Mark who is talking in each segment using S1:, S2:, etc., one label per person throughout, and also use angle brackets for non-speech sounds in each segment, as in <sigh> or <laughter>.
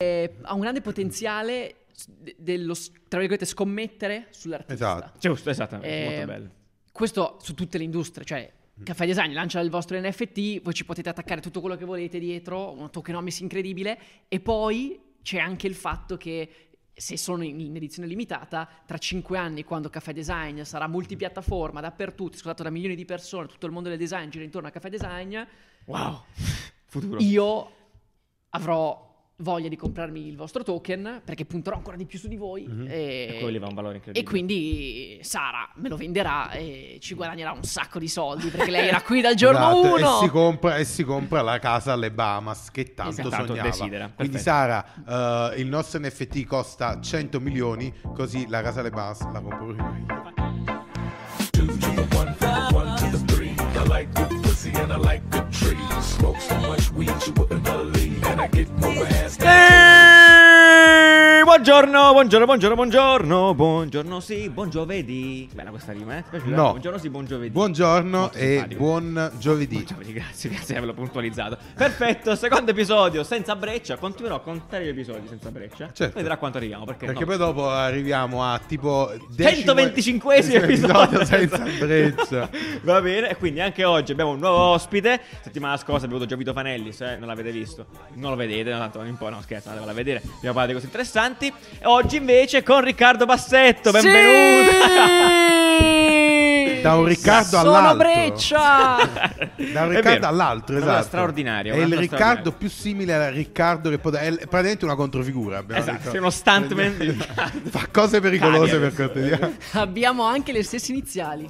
S1: eh, ha un grande potenziale s- de- dello, s- tra virgolette, scommettere sull'artista.
S2: Esatto.
S3: Giusto, esattamente,
S1: Eh,
S3: molto bello.
S1: Questo su tutte le industrie, cioè Caffè Design lancia il vostro NFT, voi ci potete attaccare tutto quello che volete dietro, una tokenomics incredibile e poi c'è anche il fatto che se sono in, in edizione limitata, tra cinque anni quando Caffè Design sarà multipiattaforma dappertutto, scusato da milioni di persone, tutto il mondo del design gira intorno a Caffè Design,
S3: Wow, <laughs> futuro.
S1: io avrò voglia di comprarmi il vostro token perché punterò ancora di più su di voi
S2: Mhm.
S3: E
S1: e,
S3: quello leva un valore incredibile.
S1: eh, e quindi Sara me lo venderà e ci guadagnerà un sacco di soldi perché lei era
S2: <laughs>
S1: qui dal giorno 1
S2: Esatto, E si, compra, e si compra la casa alle Bahamas che tanto
S1: Esatto.
S3: Tanto
S2: sognava.
S3: desidera,
S2: Quindi
S3: perfetto.
S2: Sara, eh, il nostro NFT costa 100 milioni, così la casa alle Bahamas la compro prima io.
S4: Two to the one, from the one to the three. I like good pussy and I like good trees. Smoke so much weed you wouldn't believe, and I get more ass. than-
S3: Ehi, Buongiorno, buongiorno, buongiorno, buongiorno, buongiorno, sì, buongiovedì. Bella questa rima, eh? Ti piace?
S2: No.
S3: Buongiorno, sì, buongiovedì.
S2: Buongiorno
S3: Molto
S2: e
S3: simpatico.
S2: buon giovedì.
S3: Buongiovedì, grazie, grazie per averlo puntualizzato. Perfetto, secondo episodio senza breccia. Continuerò a contare gli episodi senza breccia.
S2: Certo.
S3: Vedrà quanto arriviamo, perché,
S2: Perché
S3: no.
S2: poi dopo arriviamo a tipo <laughs>
S3: 125esimo episodio
S2: senza
S3: <laughs>
S2: breccia.
S3: Va bene, e quindi anche oggi abbiamo un nuovo ospite. Settimana scorsa abbiamo avuto Giovito Fanelli, se non l'avete visto. Non lo vedete, no, tanto un po' no, scherzo, andatevela a vedere. Abbiamo parlato di cose interessanti. E oggi invece con Riccardo Bassetto, benvenuto.
S1: Sì!
S2: Da un Riccardo
S1: Sono
S2: all'altro.
S1: Breccia
S2: <laughs> Da un
S3: <laughs> È
S2: Riccardo
S3: vero.
S2: all'altro,
S3: Una
S2: esatto.
S3: cosa straordinaria,
S2: È
S3: una
S2: il
S3: cosa
S2: Riccardo
S3: straordinaria.
S2: più simile al Riccardo che può è l- praticamente una controfigura. abbiamo
S3: Esatto,
S2: detto.
S3: sei uno stuntman di
S2: <laughs>
S3: Riccardo.
S2: Fa cose pericolose
S3: Cani,
S2: per
S3: adesso.
S2: quotidiano.
S1: abbiamo anche le stesse iniziali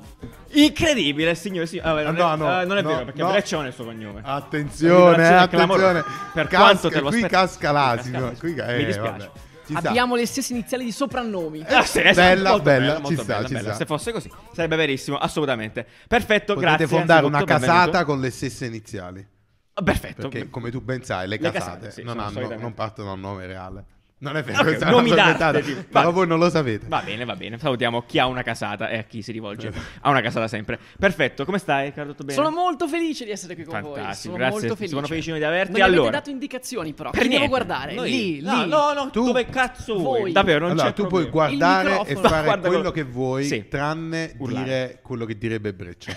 S3: Incredibile, signore, sì. Ah, beh, non,
S2: Ah, <laughs> no,
S3: è,
S2: no,
S3: eh, non è
S2: no,
S3: vero, perché
S2: no. Ah,
S3: Breccione è il suo cognome.
S2: Attenzione,
S3: Liberazione
S2: attenzione.
S3: clamorosa. Per
S2: Casca-
S3: quanto te lo
S2: qui
S3: aspetti-
S2: casca
S3: Qui
S2: l'asino.
S3: casca
S2: Qui,
S3: l'asino.
S2: eh,
S3: Mi dispiace.
S2: vabbè. Ci sta.
S1: abbiamo le stesse iniziali di soprannomi
S3: <laughs> Ah, sì, esatto,
S2: Bella,
S3: molto
S2: bella, ci
S3: molto
S2: sta, ci sta.
S3: Se fosse così, sarebbe verissimo, assolutamente. Perfetto,
S2: Potete
S3: grazie.
S2: fondare una
S3: anzitutto,
S2: casata
S3: benvenuto.
S2: con le stesse iniziali.
S3: Ah, Perfetto.
S2: Perché, come tu ben sai, le,
S3: Le
S2: casate,
S3: casate, sì,
S2: non,
S3: sono
S2: hanno-
S3: solitamente-
S2: non partono da un nome reale. Non è <laughs> vero,
S3: Ok,
S2: questa è una
S3: nomi
S2: cosa
S3: d'arte,
S2: inventata,
S3: tipo.
S2: Però
S3: Vai.
S2: voi non lo sapete.
S3: Va bene, va bene. Salutiamo chi ha una casata e a chi si rivolge a una casata sempre. Perfetto, come stai, Carlo? Tutto bene?
S1: sono molto felice di essere qui con voi
S3: Fantastico,
S1: sono
S3: grazie,
S1: molto felice
S3: sono felicissimo di averti.
S1: non mi
S3: Allora.
S1: avete dato indicazioni però
S3: Per
S1: Chi devo
S3: niente.
S1: guardare
S3: Noi-
S1: lì
S3: no,
S1: lì
S3: No, no,
S2: Tu-
S3: tu dove cazzo
S1: Voi.
S3: vuoi? Davvero, non
S2: allora,
S3: c'è
S2: tu
S3: problema.
S2: puoi guardare e
S1: microfono.
S2: fare
S3: Guarda
S2: quello
S3: quello-
S2: che vuoi,
S3: Sì.
S2: tranne
S3: Urlare.
S2: dire quello che direbbe
S3: <laughs>
S2: Breccia.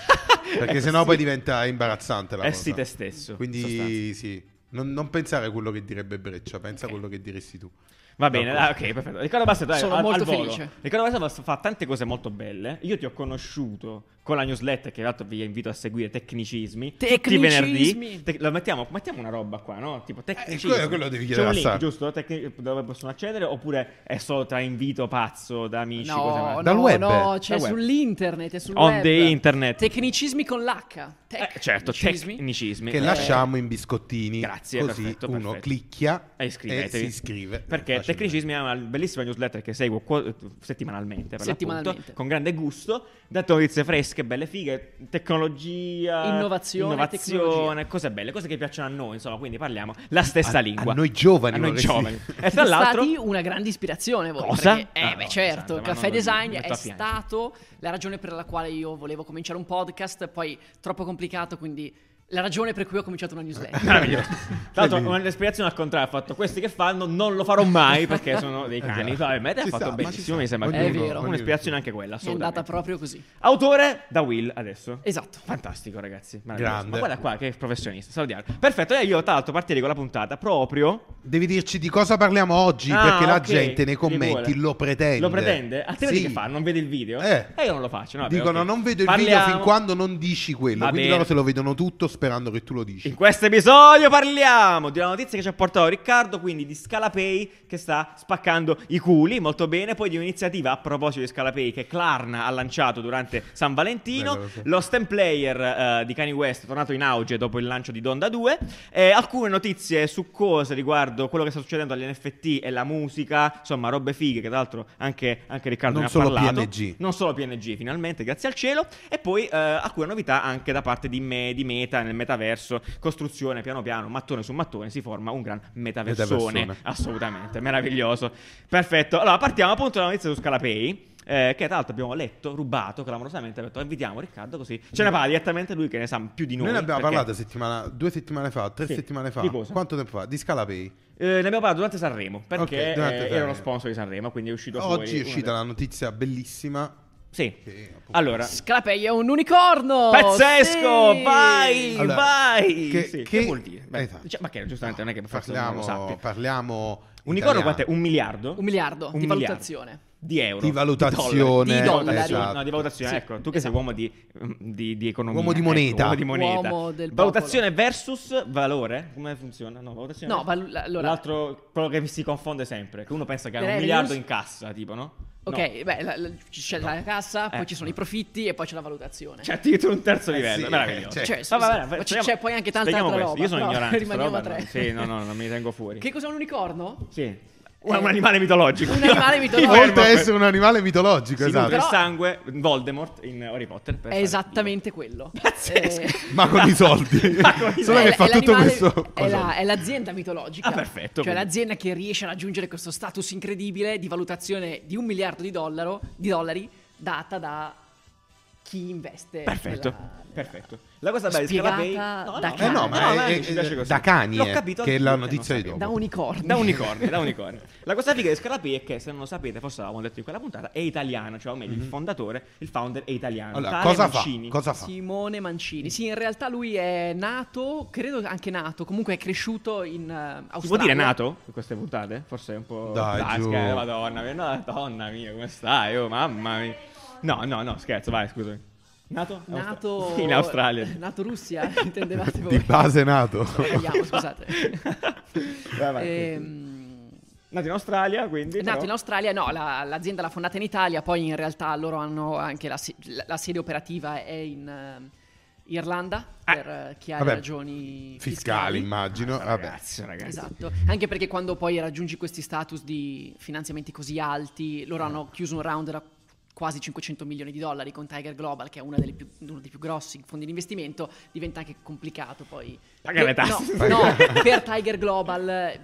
S2: Perché sennò poi diventa imbarazzante la
S3: Eh
S2: cosa.
S3: sì, te stesso, in
S2: Quindi
S3: sostanza.
S2: sì, non, non pensare a quello che direbbe Breccia, pensa a quello che diresti tu.
S3: Va bene,
S2: No,
S3: ah, ok, perfetto. Riccardo Bassetto, dai,
S1: Sono
S3: al,
S1: molto
S3: al volo.
S1: felice.
S3: Riccardo Bassetto fa tante cose molto belle. Io ti ho conosciuto con la newsletter, che tra l'altro vi invito a seguire, Tecnicismi. Tutti i venerdì.
S1: Tecnicismi.
S3: Te- la mettiamo, mettiamo una roba qua, no? Tipo Tecnicismi.
S2: Eh, quello- quello devi chiedere a
S3: C'è un link,
S2: Sara.
S3: giusto? Tecni- dove possono accedere? Oppure è solo tra invito pazzo da amici? cose varie?
S1: No,
S2: Dal
S1: no,
S2: web?
S1: no, c'è
S3: Dal web.
S1: sull'internet, è sul
S3: On
S1: web.
S3: the internet.
S1: Tecnicismi con l'H. Tec-
S3: Eh, certo,
S1: tecnicismi.
S3: tecnicismi.
S2: Che
S3: Eh,
S2: lasciamo in biscottini.
S3: Grazie,
S2: Così
S3: perfetto,
S2: uno
S3: perfetto.
S2: clicchia e,
S3: E Eh, iscrivetevi.
S2: Eh, si iscrive.
S3: Perché
S2: Facilmente.
S3: Tecnicismi è una bellissima newsletter che seguo qua- eh, settimanalmente, per
S1: Settimanalmente.
S3: l'appunto, con grande gusto. Date notizie fresche, belle fighe, tecnologia,
S1: Innovazione,
S3: innovazione,
S1: tecnologia.
S3: cose belle, cose che piacciono a noi, insomma, quindi parliamo la stessa
S2: A-
S3: lingua.
S2: a noi giovani
S3: A noi
S2: vorresti-
S3: giovani. E tra
S1: Siete
S3: l'altro
S1: stati una grande ispirazione voi.
S3: Cosa?
S1: perché- eh,
S3: Ah, no,
S1: beh,
S3: santa,
S1: certo,
S3: ma
S1: Caffè
S3: non-
S1: Design
S3: mi metto
S1: è
S3: a piangere.
S1: stato la ragione per la quale io volevo cominciare un podcast, poi troppo complicato, quindi la ragione per cui ho cominciato una
S3: <laughs>
S1: newsletter.
S3: <laughs> Meraviglioso. Tra l'altro, un'espirazione al contrario. Ha fatto questi che fanno, non lo farò mai perché sono dei cani.
S2: Esatto.
S3: Vabbè, ma te ha
S2: Ci
S3: fatto
S2: sta, ma ci
S3: benissimo.
S2: sta.
S3: Mi sembra
S1: Ognuno-
S3: che-
S1: È vero.
S3: Un'espirazione anche quella.
S1: è andata
S3: assolutamente.
S1: proprio così.
S3: Autore da Will adesso.
S1: Esatto.
S3: Fantastico, ragazzi. meraviglioso.
S2: Grande.
S3: Ma guarda qua che professionista. Salutiamo. Perfetto. E io, tra l'altro, partirei con la puntata proprio.
S2: Devi dirci di cosa parliamo oggi,
S3: Ah,
S2: perché la
S3: ok,
S2: gente nei
S3: li vuole.
S2: commenti lo pretende.
S3: Lo pretende? Altrimenti
S2: Sì.
S3: che fa? Non vede il video?
S2: Eh.
S3: E io non lo faccio. Cioè, no, vabbè,
S2: Dicono
S3: ok.
S2: non vedo il
S3: Parliamo-
S2: video fin quando non dici quello.
S3: Va
S2: quindi
S3: bene.
S2: loro se lo vedono tutto sperando che tu lo dici.
S3: In questo episodio parliamo di una notizia che ci ha portato Riccardo, quindi di Scalapay che sta spaccando i culi, molto bene, poi di un'iniziativa a proposito di Scalapay che Klarna ha lanciato durante San Valentino,
S2: Bello, sì.
S3: lo stem player eh, di Kanye West è tornato in auge dopo il lancio di Donda 2, eh, alcune notizie succose riguardo quello che sta succedendo agli NFT e la musica, insomma robe fighe che tra l'altro anche, anche Riccardo
S2: Non
S3: ne ha
S2: solo
S3: parlato.
S2: PNG.
S3: Non solo PNG finalmente, grazie al cielo, e poi eh, alcune novità anche da parte di, me- di Meta nel metaverso, costruzione piano piano, mattone su mattone, si forma un gran metaversone,
S2: Metaversone.
S3: assolutamente, meraviglioso. Perfetto, allora partiamo appunto dalla notizia su Scalapay. eh, eh, che tra l'altro abbiamo letto, rubato clamorosamente, ha detto invitiamo Riccardo così ce ne parla direttamente lui che ne sa più di noi.
S2: Noi Mm. ne abbiamo
S3: perché-
S2: parlato settimana, due settimane fa, tre
S3: Sì.
S2: settimane fa.
S3: Di cosa?
S2: Quanto tempo fa? Di Scalapay.
S3: Eh, ne abbiamo parlato durante Sanremo perché
S2: Ok, durante
S3: eh, era
S2: Sanremo.
S3: uno sponsor di Sanremo, quindi è uscito fuori
S2: Oggi è
S3: una
S2: uscita
S3: de-
S2: la notizia bellissima.
S3: Sì.
S2: Che, appunto,
S3: Allora,
S1: Scalapei è un unicorno!
S3: Pazzesco,
S1: Oh, Sì!
S3: vai,
S2: Allora,
S3: vai.
S2: che-
S3: Sì, Che,
S2: che-
S3: vuol dire? Beh,
S2: Esatto.
S3: cioè, ma che giustamente non è che per forza non
S2: parliamo,
S3: lo sappia.
S2: parliamo
S3: Unicorno
S2: italiano.
S3: quant'è? Un miliardo?
S1: Un miliardo
S3: Un
S1: di
S3: miliardo.
S1: valutazione.
S3: Di euro.
S2: Di valutazione,
S1: Di dollari.
S2: esatto.
S3: No, di valutazione,
S1: Sì,
S3: ecco. Tu che sei
S1: esatto.
S3: uomo di, di, di economia.
S2: Uomo di
S3: ecco,
S2: moneta.
S3: uomo di moneta.
S1: Uomo del
S3: valutazione versus valore. Come funziona? No, valutazione.
S1: No, val- allora-
S3: L'altro, quello che si confonde sempre, che uno pensa che ha un
S1: Revenues.
S3: miliardo in cassa, tipo, no?
S1: Ok,
S3: No.
S1: beh, la- la- c'è la cassa, poi
S3: Eh.
S1: ci sono i profitti e poi c'è la valutazione.
S3: Cioè, addirittura un terzo
S2: Eh
S3: livello.
S2: sì,
S3: Meraviglioso.
S2: cioè,
S1: Cioè,
S3: Ma va
S1: sì,
S3: bene,
S1: ma c'è-
S3: speriamo-
S1: c'è poi anche tanta
S3: speriamo
S1: altra
S3: questo.
S1: roba,
S3: Io sono
S1: però
S3: ignorante. sta
S1: rimaniamo
S3: roba
S1: a tre.
S3: no- Sì, no, no, non mi tengo fuori.
S1: Che cos'è un unicorno?
S3: Sì. Un, un animale mitologico.
S1: Un
S3: <laughs>
S1: animale mitologico.
S3: Mi fermo
S2: Oltre a
S3: a
S2: essere un animale mitologico,
S3: que- si nutre
S2: esatto.
S1: Però-
S3: il sangue Voldemort in Harry Potter. per
S1: È
S3: fare-
S1: esattamente quello.
S3: Pazzesco.
S1: Eh,
S2: Ma con i soldi.
S3: Ma con i
S2: Solo
S1: è-
S2: che
S1: è
S2: fa tutto
S1: l'animale-
S2: questo.
S1: È, la- è l'azienda mitologica.
S3: Ah,
S1: Cioè
S3: perfetto, quindi.
S1: l'azienda che riesce a raggiungere questo status incredibile di valutazione di un miliardo di, dollaro, di dollari data da chi investe.
S3: <laughs> Perfetto,
S1: nella-
S3: perfetto. La cosa bella di
S1: esatto. Spiegata
S3: Scalapay
S1: da
S2: Eh
S1: cane.
S2: no, ma
S3: no,
S2: è,
S3: mi
S2: è-
S3: piace così.
S2: da cani,
S3: L'ho
S2: eh,
S3: capito
S2: che è
S3: anche
S2: la
S3: io non
S2: notizia di
S3: sapevo.
S2: dopo.
S1: Da unicorno.
S3: Da
S2: <laughs>
S3: unicornio, da unicornio. La cosa figa di Scalapay è che, se non lo sapete, forse l'avevamo detto in quella puntata, è italiano, cioè o meglio, il fondatore, il founder è italiano.
S2: Mhm. Allora,
S3: Tale
S2: cosa fa?
S3: Mancini.
S2: Cosa fa?
S1: Simone Mancini. Sì, in realtà lui è nato, credo anche nato, comunque è cresciuto in eh, Australia.
S3: Si può dire nato in queste puntate? Forse è un po'.
S2: Dai, giù.
S3: scherzo, madonna mia, no, madonna mia, come stai? Oh, mamma mia. No, no, no, scherzo, vai, scusami. Nato?
S1: Nato
S3: <laughs>
S1: <laughs>
S3: In Australia.
S1: Nato Russia, intendevate voi.
S2: Di base nato.
S1: Vediamo,
S3: <laughs>
S1: scusate.
S3: Vai, vai.
S1: Ehm,
S3: Nato in Australia, quindi.
S1: È nato
S3: però-
S1: Esatto, in Australia, no, la- l'azienda l'ha fondata in Italia, poi in realtà loro hanno anche la, se- la- la sede operativa è in eh, Irlanda
S3: Ah.
S1: per eh, chiare
S2: Vabbè,
S1: ragioni
S2: Fiscali,
S1: fiscali. Ah,
S2: immagino. Vabbè.
S3: Ragazzi, ragazzi.
S1: Esatto, anche perché quando poi raggiungi questi status di finanziamenti così alti,
S3: Eh.
S1: loro hanno chiuso un round da quasi 500 milioni di dollari con Tiger Global, che è una delle più- uno dei più grossi fondi di investimento, diventa anche complicato poi.
S3: Pagare le
S1: Per-
S3: tasse.
S1: No, no, per Tiger Global eh,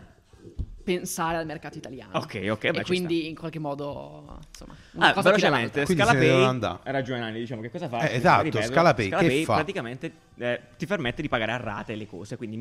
S1: pensare al mercato italiano.
S3: <laughs> Ok, ok, beh,
S1: e
S3: ci
S1: quindi in qualche modo, insomma, una
S3: Ah,
S1: cosa tira
S3: velocemente,
S2: Quindi se ne
S3: Scalapay
S2: doveva andare.
S3: ha ragione Ani, diciamo che cosa fa?
S2: Eh, esatto,
S3: Ripeto,
S2: Scalapay, che fa?
S3: praticamente eh, ti permette di pagare a rate le cose, quindi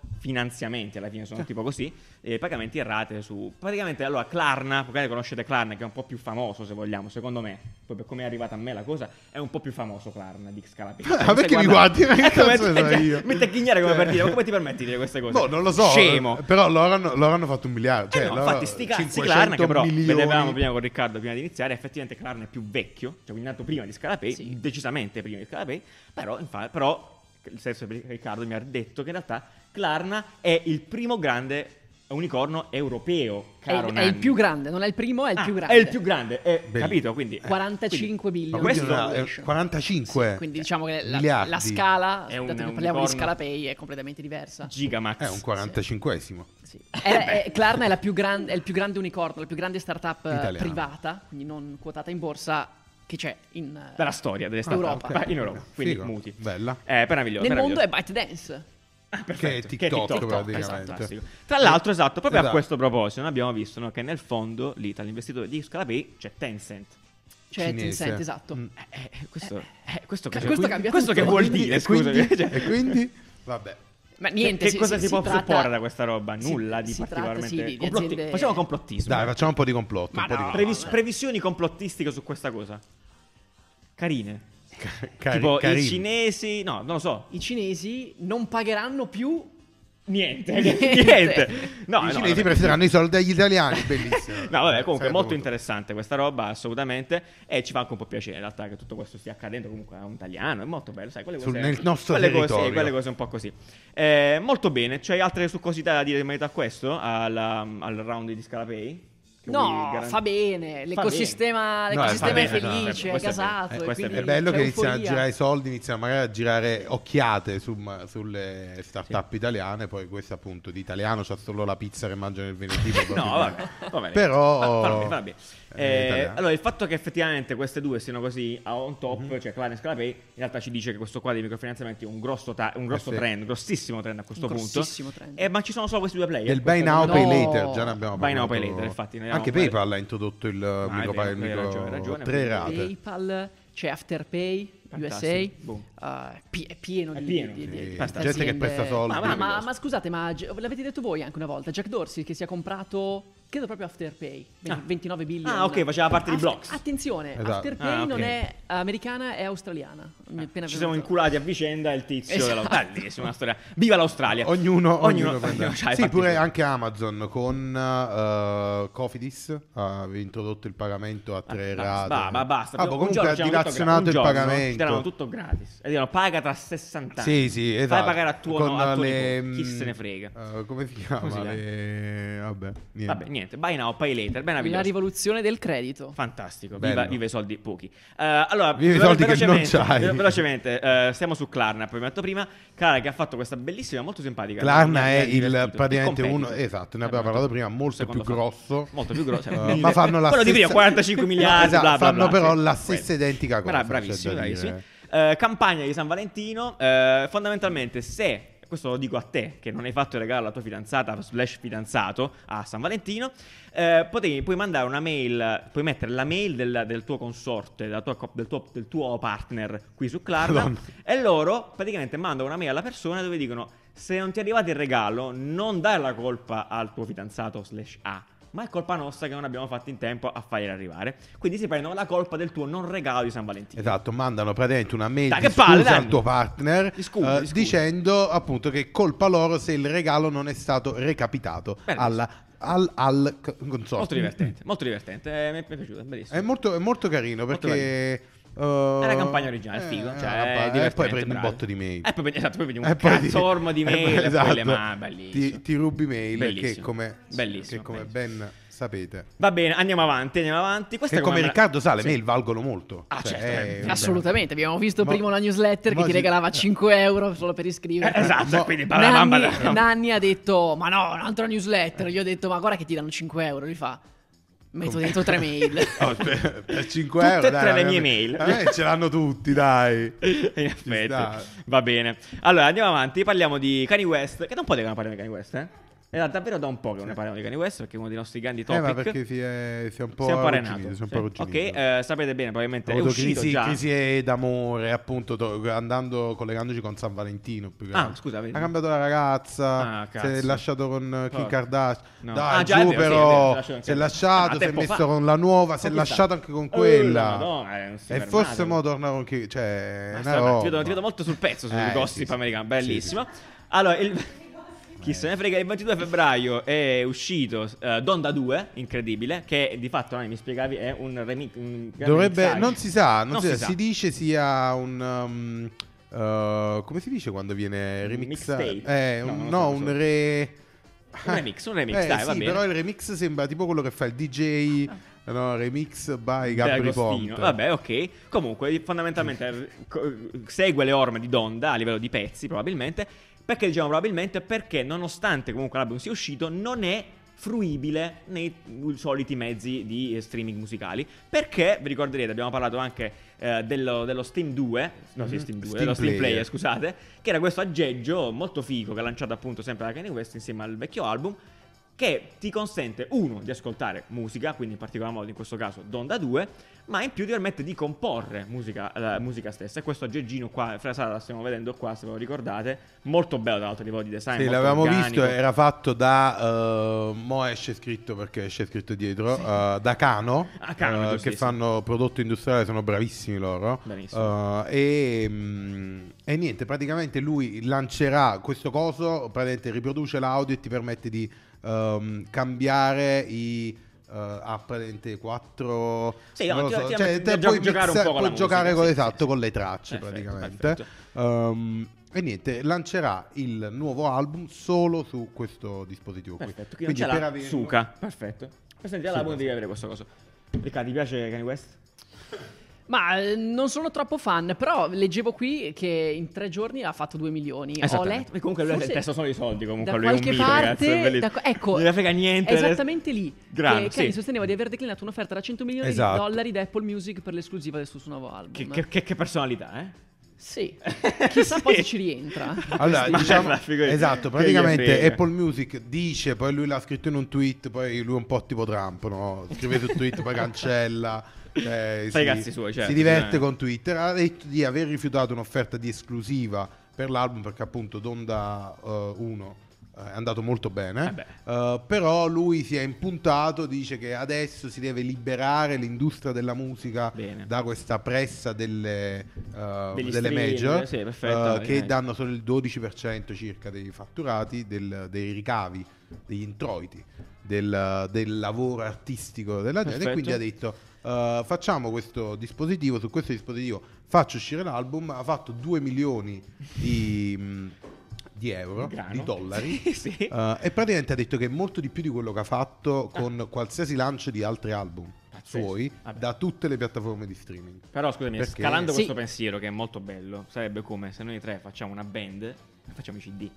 S3: microfinanziamenti alla fine sono tipo così, eh, pagamenti a rate su praticamente allora Klarna, magari conoscete Klarna che è un po' più famoso se vogliamo, secondo me, poi per come è arrivata a me la cosa, è un po' più famoso Klarna di
S2: <laughs>
S3: Scalapay.
S2: Ma perché mi
S3: <laughs> Eh,
S2: guardi? Ma che cazzo ne so io?
S3: Metti Ecco, a ghignare come per dire,
S2: Eh.
S3: ma come ti permetti di dire queste cose?
S2: Boh, non lo so.
S3: Scemo.
S2: Però loro hanno, loro hanno fatto un miliardo.
S3: Eh
S2: Cioè,
S3: no,
S2: loro-
S3: infatti sti cazzi
S2: 500
S3: Klarna che però
S2: milioni.
S3: vedevamo prima con Riccardo prima di iniziare effettivamente Klarna è più vecchio cioè quindi nato prima di Scalapay
S1: Sì.
S3: decisamente prima di Scalapay però, infa- però nel senso che Riccardo mi ha detto che in realtà Klarna è il primo grande unicorno europeo
S1: È,
S3: caro
S1: il- è
S3: Nanni.
S1: il più grande, non è il primo, è il
S3: Ah,
S1: più grande.
S3: È il più grande, è-
S2: Bello.
S3: capito? Quindi, eh,
S1: 45
S2: Ma
S1: billion.
S2: quindi
S3: Questo
S2: è
S1: di
S2: una- è
S1: valuation.
S2: 45.
S1: Quindi diciamo che la,
S2: miliardi.
S1: la scala,
S3: È un-
S1: dato
S3: è
S1: che
S3: un
S1: parliamo di
S3: unicorno.
S1: Scalapay, è completamente diversa.
S3: quindi Gigamax.
S2: È un 45esimo.
S1: Sì.
S3: Eh,
S1: È- è- Klarna è, la più grande, è il più grande unicorno, la più grande startup eh,
S2: Italiana.
S1: privata, quindi non quotata in borsa, che c'è in, eh,
S3: Dalla storia delle start-up.
S1: Europa.
S3: Ma in Europa, quindi
S2: Ah, Figo.
S3: muti.
S2: Bella.
S3: Eh, meraviglioso.
S1: nel mondo
S3: meraviglioso.
S1: è ByteDance.
S3: Ah, perfetto.
S2: Che è TikTok, praticamente.
S3: esatto, fantastico. Tra l'altro, esatto, proprio a
S2: Esatto.
S3: questo proposito, noi abbiamo visto no, che nel fondo lì tra l'investitore di Scalapay c'è Tencent.
S1: Cioè,
S2: Cinese.
S1: Tencent, esatto.
S2: Mm.
S3: Eh, eh, questo, eh, questo,
S1: Ca-
S3: che-
S1: questo cambia
S3: questo
S1: tutto.
S3: che vuol
S2: Quindi-
S3: dire,
S2: e quindi-
S3: scusami. Cioè,
S2: E quindi, vabbè.
S1: Ma niente,
S3: che
S1: si-
S3: cosa
S1: si,
S3: si, può
S1: tratta-
S3: supporre da questa roba?
S1: si-
S3: Nulla di
S1: si tratta,
S3: particolarmente.
S1: sì, di- di
S3: complotti-
S1: aziende-
S3: Facciamo complottismo.
S2: Dai, facciamo un po' di complotto.
S1: Ma
S2: un po'
S1: no.
S2: di
S3: Previs-
S1: vabbè.
S3: previsioni complottistiche su questa cosa. Carine.
S2: Cari-
S3: tipo
S2: carini.
S3: i cinesi, no, non lo so.
S1: I cinesi non pagheranno più
S3: Niente,
S1: Niente.
S3: <laughs>
S1: <laughs>
S3: niente. No,
S2: I
S3: no,
S2: cinesi
S3: vabbè.
S2: presteranno i soldi agli italiani, bellissimo.
S3: <laughs> No, vabbè, comunque
S2: Eh, Sarebbe
S3: è molto interessante questa roba, assolutamente. E ci fa anche un po' piacere in realtà che tutto questo stia accadendo comunque a un italiano. È molto bello, sai, quelle cose.
S2: Sul- nel nostro
S3: quelle cose,
S2: territorio.
S3: quelle cose un po' così. Eh, molto bene. C'hai altre succosità da dire in merito a questo? Alla- al round di Scalapay? Che vuoi
S1: No,
S3: garantire?
S1: fa bene, l'ecosistema,
S2: bene. No,
S1: l'ecosistema
S2: fa
S1: è
S2: bene, no,
S1: felice,
S3: questo
S1: è
S3: è bene. Eh,
S1: gasato. e
S3: questo è
S1: quindi
S2: È bello
S1: c'è
S2: che iniziano a
S1: euforia.
S2: girare i soldi, iniziano magari a girare occhiate su- sulle start-up italiane, poi questo appunto di italiano c'ha solo la pizza che mangiano il
S3: <laughs>
S2: venerdì.
S3: No, vabbè, vabbè.
S2: Però-
S3: Fa- fa bene, fa bene.
S2: Eh,
S3: Eh,
S2: italiano.
S3: allora, il fatto che effettivamente queste due siano così a on top,
S2: Mhm.
S3: cioè Clarence Clapey, in realtà ci dice che questo qua dei microfinanziamenti è un grosso, ta- un grosso
S2: Eh sì.
S3: trend, grossissimo trend a questo punto.
S1: Grossissimo trend.
S3: Eh, ma ci sono solo questi due player.
S2: Del buy
S3: Questo-
S2: now, pay
S1: No.
S2: later, già ne abbiamo
S3: Buy now, pay
S2: parlato.
S3: later, infatti, ne Dobbiamo
S2: Anche
S3: fare-
S2: PayPal ha introdotto il eh,
S3: Ah, è
S2: micro,
S3: vero,
S2: il
S3: hai
S2: micro-
S3: ragione, hai ragione,
S2: tre
S3: appunto.
S2: rate.
S1: PayPal, c'è Afterpay,
S3: eh. Fantastico.
S1: USA.
S3: Boom.
S1: eh, pi- è pieno
S3: È
S1: di,
S3: pieno,
S1: di-
S3: sì.
S1: di- di
S2: Gente
S1: aziende.
S2: che presta soldi.
S1: Ma, ma- ma-
S2: Basta.
S1: ma scusate, ma ge- l'avete detto voi anche una volta, Jack Dorsey che si è comprato credo proprio Afterpay, ve-
S3: Ah.
S1: 29 billion.
S3: Ah, ok, faceva parte di
S1: After-
S3: Blocks.
S1: Attenzione,
S2: Esatto.
S1: Afterpay
S3: Ah, ok. Ah,
S1: non è americana, è australiana. Mi è appena
S3: Ci siamo
S1: venuto.
S3: inculati a vicenda il tizio
S1: Esatto.
S3: della bellissima una storia. Viva l'Australia!
S2: Ognuno, ognuno, prende.
S3: ognuno cioè, c'ha i
S2: sì,
S3: fatti
S2: pure
S3: suoi.
S2: anche Amazon con eh, Cofidis ha introdotto il pagamento a tre
S3: Ah,
S2: rate.
S3: basta, ma basta.
S2: Ah, boh,
S3: Un
S2: comunque
S3: giorno
S2: ha
S3: c'erano tutto
S2: dilazionato il
S3: gra- un giorno Ci
S2: pagamento.
S3: daranno tutto gratis. E dicono paga tra 60 anni.
S2: Sì, sì, esatto.
S3: Fai pagare a tuo,
S2: Con
S3: no, a tuo
S2: le,
S3: nipote. Chi
S2: mm,
S3: se ne frega.
S2: eh, come si chiama?
S3: Come si chiama?
S2: Le- Vabbè, niente.
S3: Vabbè, niente. Buy now, pay later.
S1: La
S3: Benavides.
S1: rivoluzione del credito.
S3: Fantastico,
S2: Bello.
S3: viva, viva i soldi pochi. Eh, allora,
S2: Viva i
S3: velo-
S2: soldi che non
S3: velocemente-
S2: c'hai.
S3: velo- Velocemente, eh, siamo su Klarna, poi metto prima. Cara che ha fatto questa bellissima, molto simpatica. mi ha-
S2: Klarna
S3: mi ha
S2: è
S3: divertito.
S2: il praticamente uno,
S3: competitor.
S2: esatto, ne
S3: Eh,
S2: abbiamo
S3: molto-
S2: parlato prima, molto più
S3: secondo fa-
S2: grosso.
S3: Molto più grosso.
S2: Eh,
S3: mille-
S2: ma fanno la
S3: Quello di prima,
S2: stessa- <laughs>
S3: 45 miliardi,
S2: Esatto,
S3: bla, bla,
S2: fanno
S3: bla,
S2: però
S3: sì,
S2: la stessa
S3: quello.
S2: identica cosa,
S3: Bra-
S2: c'è da
S3: bravissimi,
S2: dire.
S3: bravissimi. Eh, campagna di San Valentino, eh, fondamentalmente se questo lo dico a te che non hai fatto il regalo alla tua fidanzata slash fidanzato a San Valentino, eh, potevi- puoi mandare una mail, puoi mettere la mail del, del tuo consorte, della tua co- del, tuo, del tuo partner qui su Klarna
S2: Madonna.
S3: e loro praticamente mandano una mail alla persona dove dicono se non ti è arrivato il regalo non dare la colpa al tuo fidanzato slash A. Ma è colpa nostra che non abbiamo fatto in tempo a fargliela arrivare. Quindi si prendono la colpa del tuo non regalo di San Valentino.
S2: Esatto, mandano praticamente una mail
S3: Dai,
S2: di
S3: che palle,
S2: scusa
S3: dai.
S2: al tuo partner
S3: Di scusa,
S2: eh,
S3: di scusa.
S2: dicendo appunto che è colpa loro se il regalo non è stato recapitato
S3: Bene.
S2: alla, al, al c- consorzio.
S3: Molto divertente, molto divertente. Eh, mi è mi è piaciuto, è bellissimo.
S2: È molto, è molto carino
S3: Molto
S2: perché...
S3: È
S2: eh,
S3: la campagna originale, è
S2: eh,
S3: figo. Cioè,
S2: una
S3: è
S2: campagna- e
S3: divertente,
S2: poi prendi
S3: bravo.
S2: un botto di mail.
S3: Eh, poi, prendi- esatto, poi prendi un
S2: E poi ti-
S3: cazzormo di
S2: e poi-
S3: mail. E poi le
S2: esatto,
S3: mani, bellissimo.
S2: Ti, ti rubi mail che
S3: Bellissimo.
S2: come,
S3: Bellissimo,
S2: che come
S3: bellissimo.
S2: ben sapete...
S3: Va bene, andiamo avanti, andiamo avanti. Questa
S2: Che
S3: è
S2: come
S3: una-
S2: Riccardo sa, le
S3: Sì.
S2: mail valgono molto.
S3: Ah, certo, eh,
S2: vabbè.
S1: Assolutamente, abbiamo visto
S2: Mo-
S1: prima una newsletter che
S2: mo
S1: ti
S2: si-
S1: regalava
S2: eh. <laughs>
S1: 5 euro solo per
S3: <laughs> Eh,
S1: iscriverti.
S3: esatto,
S2: No.
S3: quindi bla, bla, bla, bla,
S1: Nanni,
S3: bla.
S1: Nanni ha detto: Ma no, un'altra newsletter. Io ho detto: Ma guarda che ti danno 5 euro. Lui fa: Metto dentro tre
S3: <laughs>
S1: mail.
S2: Oh, per, per 5
S3: Tutte
S2: euro
S3: e
S2: dai,
S3: tre le
S2: veramente.
S3: mie mail. Eh,
S2: A me ce l'hanno tutti, dai.
S3: <laughs> In
S2: Ci
S3: effetti,
S2: sta.
S3: va bene. Allora, andiamo avanti. Parliamo di Kanye West. Che da un po' che non parliamo di Kanye West, eh? È da- davvero da un po' che non ne parliamo di Kanye West perché è uno dei nostri grandi
S2: Eh,
S3: topic.
S2: ma perché si è, si è un po'
S3: si è un po' arenato.
S2: arrugginito, si è un
S3: Sì.
S2: po'
S3: Ok,
S2: arrugginito.
S3: eh, sapete bene, probabilmente
S2: Ha
S3: è
S2: avuto
S3: uscito
S2: crisi,
S3: già.
S2: crisi d'amore, appunto, to- andando, collegandoci con San Valentino. più che
S3: Ah,
S2: altro.
S3: scusa, vedi.
S2: ha cambiato la ragazza,
S3: Ah,
S2: si è
S3: cazzo.
S2: lasciato con eh, Kim
S3: Porca.
S2: Kardashian.
S3: No.
S2: Dai,
S3: Ah, già, è
S2: giù,
S3: vero, sì, è vero, si è
S2: però
S3: lasciato anche
S2: si è
S3: lei.
S2: lasciato,
S3: Ah,
S2: si è
S3: tempo
S2: messo
S3: fa.
S2: con la nuova,
S3: Ma
S2: si è
S3: che
S2: lasciato
S3: sta-
S2: anche con
S3: Oh, la
S2: quella.
S3: Madonna, eh, non si è
S2: e
S3: fermato.
S2: forse mo torna con chi? Cioè,
S3: Ah,
S2: una
S3: sta- ti, vedo,
S2: roba.
S3: ti vedo molto sul pezzo sul
S2: Eh,
S3: gossip
S2: sì, sì.
S3: americano,
S2: Sì, sì.
S3: bellissimo. Allora, il... <laughs> chi se ne frega, il 22 febbraio è uscito eh, Donda 2, incredibile, che di fatto, Nani, mi spiegavi, è un remix. un grande
S2: Dovrebbe,
S3: mixage.
S2: non si sa, non
S3: Non
S2: si,
S3: si
S2: sa,
S3: sa.
S2: si dice sia un. um, uh, come si dice quando viene remixato?
S3: mixtape.
S2: Eh,
S3: No, non
S2: un- no,
S3: lo so, non
S2: un
S3: so.
S2: re.
S3: Un remix, un remix,
S2: <laughs> Eh,
S3: dai,
S2: sì,
S3: va bene. Ah.
S2: Però il remix sembra tipo quello che fa il DJ. No, remix by Gabri
S3: D'Agostino.
S2: Ponte.
S3: Vabbè, ok. Comunque, fondamentalmente r- co- segue le orme di Donda a livello di pezzi, probabilmente. Perché diciamo probabilmente? Perché nonostante comunque l'album sia uscito, non è fruibile nei soliti mezzi di eh, streaming musicali. Perché, vi ricorderete, abbiamo parlato anche eh, dello, dello Steam 2, no, sì,
S2: Mhm.
S3: Steam 2,
S2: Steam
S3: dello Steam
S2: Player.
S3: Player, scusate, che era questo aggeggio molto figo che ha lanciato appunto sempre da Kanye West insieme al vecchio album che ti consente, uno, di ascoltare musica, quindi in particolar modo in questo caso Donda 2, ma in più ti permette di comporre musica, la musica stessa. E questo aggeggino qua, fra sala, la stiamo vedendo qua, se ve lo ricordate, molto bello dall'alto livello di design.
S2: Sì,
S3: molto
S2: l'avevamo
S3: organico.
S2: visto, eh. era fatto da. eh, mo esce scritto perché esce scritto dietro. eh, da Cano,
S3: Ah, Cano,
S2: eh, che
S3: giustissimo.
S2: fanno prodotto industriale, sono bravissimi loro.
S3: Benissimo.
S2: Eh, e, mm, e niente, praticamente lui lancerà questo coso, praticamente riproduce l'audio e ti permette di ehm, cambiare i. eh, ha praticamente quattro
S3: Sì, no,
S2: non lo
S3: ti-
S2: so,
S3: ti-
S2: cioè,
S3: ti-
S2: te
S3: gio-
S2: puoi
S3: giocare un
S2: mixare-
S3: po' con la
S2: puoi
S3: musica,
S2: giocare con-
S3: sì, sì,
S2: esatto
S3: sì.
S2: con le tracce
S3: Perfetto,
S2: praticamente
S3: perfetto.
S2: Ehm, e niente, lancerà il nuovo album solo su questo dispositivo. qui.
S3: Perfetto, qui non c'è
S2: per
S3: la
S2: averlo-
S3: suca. Perfetto. Per sentire
S2: Suca.
S3: l'album devi avere questo coso. Riccardo, ti piace Kanye West?
S1: Ma eh, non sono troppo fan, però leggevo qui che in tre giorni ha fatto 2 milioni. Ho
S3: Esattamente.
S1: letto,
S3: Comunque lui ha
S1: forse
S3: testo solo i soldi, comunque
S1: da
S3: lui è un
S1: qualche
S3: mito, ragazzi, è
S1: parte,
S3: bellissimo.
S1: da- ecco,
S3: Non gliene frega niente, adesso-
S1: Esattamente lì.
S3: Grano,
S1: che
S3: sì.
S1: Kenny sosteneva di aver declinato un'offerta da 100 milioni
S2: Esatto.
S1: di dollari da Apple Music per l'esclusiva del suo nuovo album.
S3: Che, che- che- che personalità, eh? <laughs>
S1: Sì, chissà
S3: Sì.
S1: poi se ci rientra.
S3: <laughs>
S2: Allora,
S3: Ma
S2: diciamo,
S3: la figura-
S2: esatto,
S3: che gli
S2: praticamente
S3: frega.
S2: Apple Music dice, poi lui l'ha scritto in un tweet, poi lui è un po' tipo Trump, no? scrive su tweet, poi cancella, cioè,
S3: Fa i cazzi suoi, certo,
S2: si diverte
S3: veramente.
S2: con Twitter, ha detto di aver rifiutato un'offerta di esclusiva per l'album perché appunto Donda 1 è andato molto bene,
S3: Eh beh.
S2: Eh, però lui si è impuntato, dice che adesso si deve liberare l'industria della musica
S3: Bene.
S2: da questa pressa delle, eh,
S3: Degli
S2: delle
S3: streaming,
S2: major
S3: sì, perfetto,
S2: eh, che
S3: dai.
S2: danno solo il 12% circa dei fatturati, del- dei ricavi, degli introiti del, del lavoro artistico della gente.
S3: Perfetto.
S2: E quindi ha detto: eh, Facciamo questo dispositivo. Su questo dispositivo faccio uscire l'album. Ha fatto 2 milioni di, mh, di euro,
S3: Grano.
S2: di Ecco,
S3: <laughs>
S2: dollari.
S3: Sì, sì.
S2: Eh, e praticamente ha detto che è molto di più di quello che ha fatto con qualsiasi lancio di altri album
S3: Pazzesco.
S2: suoi
S3: Vabbè.
S2: da tutte le piattaforme di streaming.
S3: Però scusami,
S2: Perché?
S3: scalando
S1: Sì.
S3: questo pensiero che è molto bello, sarebbe come se noi tre facciamo una band e facciamo i CD.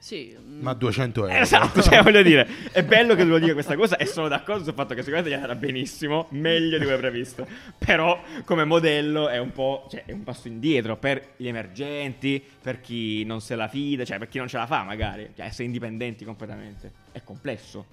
S1: Sì, mm,
S2: Ma 200 euro.
S3: Esatto, cioè voglio dire, è bello che lui dica questa cosa e sono d'accordo sul fatto che sicuramente gli andrà benissimo, meglio di quello previsto. Però come modello è un po', cioè è un passo indietro per gli emergenti, per chi non se la fida, cioè per chi non ce la fa magari, cioè essere indipendenti completamente è complesso.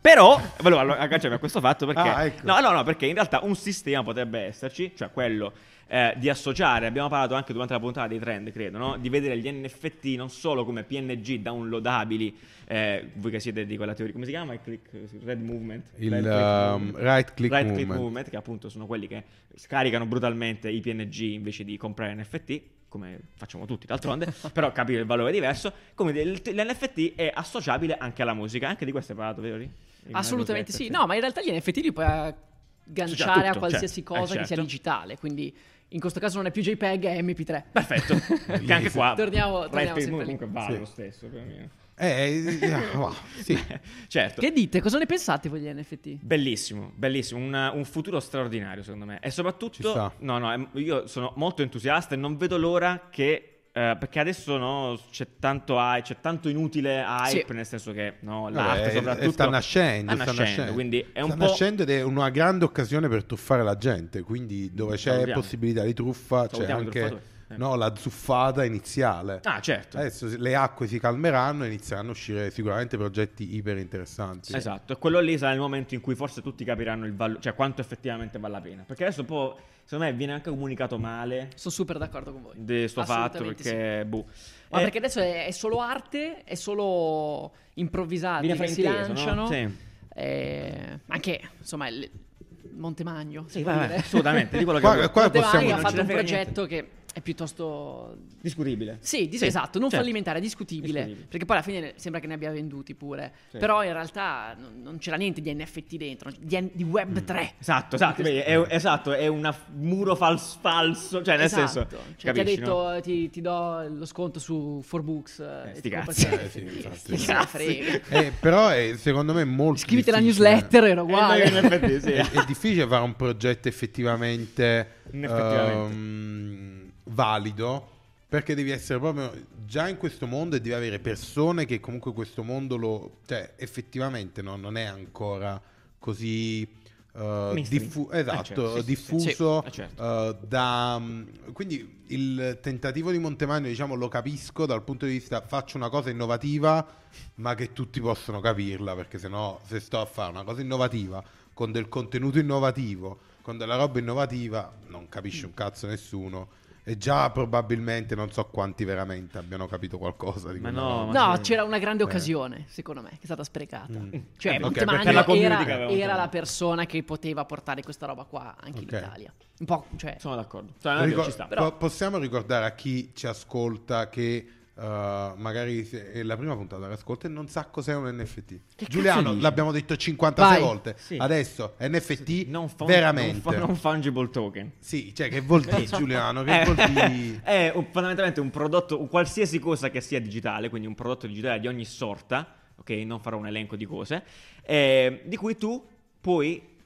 S3: Però volevo allo- agganciarmi a questo fatto perché
S2: Ah, ecco.
S3: No, no, no, perché in realtà un sistema potrebbe esserci, cioè quello eh, di associare, abbiamo parlato anche durante la puntata dei trend, credo, no? di vedere gli NFT non solo come PNG downloadabili, eh, voi che siete di quella teoria, come si chiama il click, red movement?
S2: <laughs> Il,
S3: Red
S2: um, right click
S3: Right
S2: movement.
S3: che appunto sono quelli che scaricano brutalmente i PNG invece di comprare NFT, come facciamo tutti
S2: <laughs>
S3: d'altronde, però capire il valore è diverso, come l'NFT è associabile anche alla musica, anche di questo hai parlato, vero? Ri?
S1: assolutamente sì.
S3: Immagino
S1: No, ma in realtà gli NFT li puoi
S3: Cioè,
S1: agganciare
S3: tutto,
S1: a qualsiasi
S3: cioè,
S1: cosa
S3: eh,
S1: che sia
S3: certo.
S1: digitale, quindi in questo caso non è più JPEG, è MP3.
S2: <laughs>
S3: Perfetto, che anche qua
S1: Torniamo- torniamo
S3: Right Click
S1: sempre lì.
S3: Movement comunque vale
S2: Sì.
S3: lo stesso più o meno.
S2: Eh, eh, ma, sì.
S3: <laughs>
S1: <laughs>
S3: certo.
S1: Che dite? Cosa ne pensate voi degli NFT?
S3: Bellissimo, bellissimo, un, un futuro straordinario secondo me e
S2: Ci
S3: soprattutto
S2: sta.
S3: no, no, em- io sono molto entusiasta e non vedo l'ora che eh, perché adesso no, c'è tanto hype, c'è tanto inutile hype,
S1: Sì.
S3: nel senso che no,
S2: Vabbè,
S3: l'arte
S2: eh,
S3: soprattutto
S2: sta nascendo,
S3: sta nascendo, quindi è un
S2: sta
S3: po'
S2: nascendo ed è una grande occasione per truffare la gente, quindi dove c'è
S3: Salutiamo.
S2: possibilità di truffa c'è
S3: Salutiamo i
S2: anche
S3: truffatori. Eh.
S2: no, Eh, la zuffata iniziale.
S3: Ah, certo.
S2: Adesso si- le acque si calmeranno e inizieranno a uscire sicuramente progetti iper interessanti.
S3: Esatto, e quello lì sarà il momento in cui forse tutti capiranno il valore, cioè quanto effettivamente vale la pena. Perché adesso un po', secondo me, viene anche comunicato male
S1: Sono super d'accordo con voi.
S3: di sto fatto
S1: Assolutamente
S3: perché, boh.
S1: Ma
S3: Eh,
S1: perché adesso è, è solo arte, è solo improvvisati
S3: viene
S1: che si
S3: frainteso,
S1: lanciano.
S3: no? Sì.
S1: eh, anche, insomma, il Montemagno.
S3: Sì,
S1: si
S3: vai,
S1: può
S3: vai,
S1: dire.
S3: assolutamente, dico quello che
S2: Qua-
S3: vuoi.
S2: qua-
S1: Montemagno
S2: possiamo-
S1: ha
S2: non
S3: ce
S1: fatto
S3: ne
S1: un
S3: frega
S1: progetto che è piuttosto...
S3: discutibile.
S1: Sì, dis- esatto, non
S3: certo.
S1: fallimentare, discutibile,
S3: Discutibile.
S1: Perché poi alla fine sembra che ne abbia venduti pure.
S3: Sì.
S1: Però in realtà non, non c'era niente di NFT dentro, di, di Web 3.
S3: Esatto, esatto, vedi, è, esatto, è un muro fals- falso, cioè nel senso,
S1: Cioè, ti ha
S3: capisci,
S1: detto
S3: no?
S1: eh, ti, ti do lo sconto su 4Books. eh,
S3: Eh,
S1: e
S3: sti
S1: ti compro
S3: cazzi.
S1: il-
S2: Eh, sì,
S1: Sti
S2: infatti.
S1: cazzi.
S2: Eh, però è, secondo me è molto
S1: Iscriviti alla
S2: difficile.
S1: newsletter, era uguale.
S3: Eh, no, in effetti sì.
S1: <laughs>
S3: Mm,
S2: è, è difficile fare un progetto effettivamente,
S3: Effettivamente.
S2: ehm, valido perché devi essere proprio già in questo mondo e devi avere persone che comunque questo mondo lo cioè effettivamente no, non è ancora così eh,
S3: Mainstream.
S2: diffu-
S3: Eh,
S2: esatto,
S3: certo, sì, sì, sì.
S2: diffuso
S3: Sì, eh, certo.
S2: eh, da mh, quindi il tentativo di Montemagno diciamo lo capisco dal punto di vista faccio una cosa innovativa ma che tutti possono capirla perché sennò se sto a fare una cosa innovativa con del contenuto innovativo con della roba innovativa non capisce un cazzo nessuno e già probabilmente non so quanti veramente abbiano capito qualcosa di
S3: Ma
S2: quella
S3: no,
S2: roba.
S3: ma-
S1: No,
S3: sì.
S1: c'era una grande
S2: Eh.
S1: occasione, secondo me, che è stata sprecata.
S3: <laughs>
S2: Mm.
S1: Cioè,
S3: Eh,
S2: perché-
S1: Montemagno
S2: perché la
S3: community che
S1: era,
S3: avevamo
S1: era la
S3: trovato.
S1: persona che poteva portare questa roba qua anche
S2: Ok.
S1: in Italia. Un po', cioè,
S3: Sono d'accordo. Cioè, no,
S2: Ricor-
S3: ci sta.
S2: po- possiamo ricordare a chi ci ascolta che eh, magari se- è la prima puntata che ascolta e non sa cos'è un NFT.
S3: cazzo
S2: Giuliano,
S3: dici?
S2: l'abbiamo detto 56
S1: Vai.
S2: volte.
S3: Sì.
S2: Adesso NFT
S3: Non fun-
S2: veramente.
S3: non, fu- non fungible token.
S2: Sì, cioè che vuol dire Giuliano? Che
S3: Eh,
S2: vuol dire?
S3: <laughs> è un- fondamentalmente un prodotto, un qualsiasi cosa che sia digitale, quindi un prodotto digitale di ogni sorta, ok, non farò un elenco di cose, eh, di cui tu puoi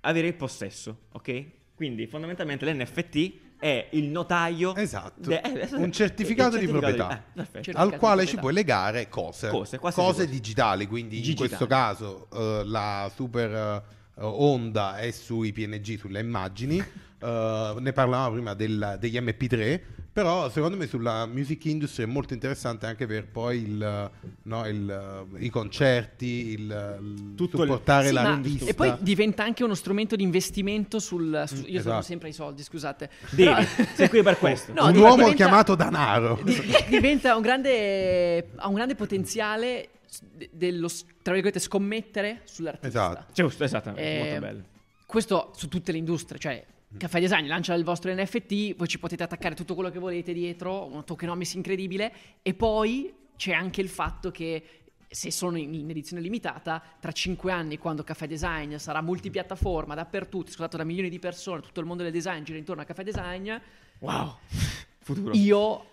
S3: avere il possesso, ok? Quindi fondamentalmente l'NFT è il notaio...
S2: Esatto.
S3: de- eh, esatto.
S2: Un certificato di proprietà.
S3: eh, perfetto.
S1: Certo.
S2: Al quale ci puoi legare cose,
S3: Cose, qualsiasi cosa.
S2: digitali, quindi in
S3: Digitali.
S2: questo caso eh, la super eh, onda è sui PNG, sulle immagini, eh, ne parlavamo prima della- degli MP3, però secondo me sulla music industry è molto interessante anche per poi il, no, il, eh, i concerti, il, il
S3: Tutto il-
S2: supportare
S1: Sì,
S2: la
S1: ma-
S2: rivista.
S1: e poi diventa anche uno strumento di investimento sul... su- io sono
S2: esatto.
S1: sempre ai soldi, scusate.
S3: Devi,
S1: Però-
S3: sei
S1: <laughs>
S3: qui per questo.
S1: No,
S2: un
S1: diventa-
S2: uomo chiamato Danaro.
S1: Di- <laughs> diventa un grande, ha un grande potenziale s- de- dello, s- tra virgolette, scommettere sull'artista.
S2: Esatto.
S3: Giusto, esatto,
S1: Eh,
S3: molto bello. Mm.
S1: Questo su tutte le industrie, cioè Caffè Design lancia il vostro NFT, voi ci potete attaccare tutto quello che volete dietro, un tokenomics incredibile e poi c'è anche il fatto che se sono in, in edizione limitata, tra 5 anni quando Caffè Design sarà multipiattaforma dappertutto, scusato da milioni di persone, tutto il mondo del design gira intorno a Caffè Design,
S3: Wow. Futuro.
S1: io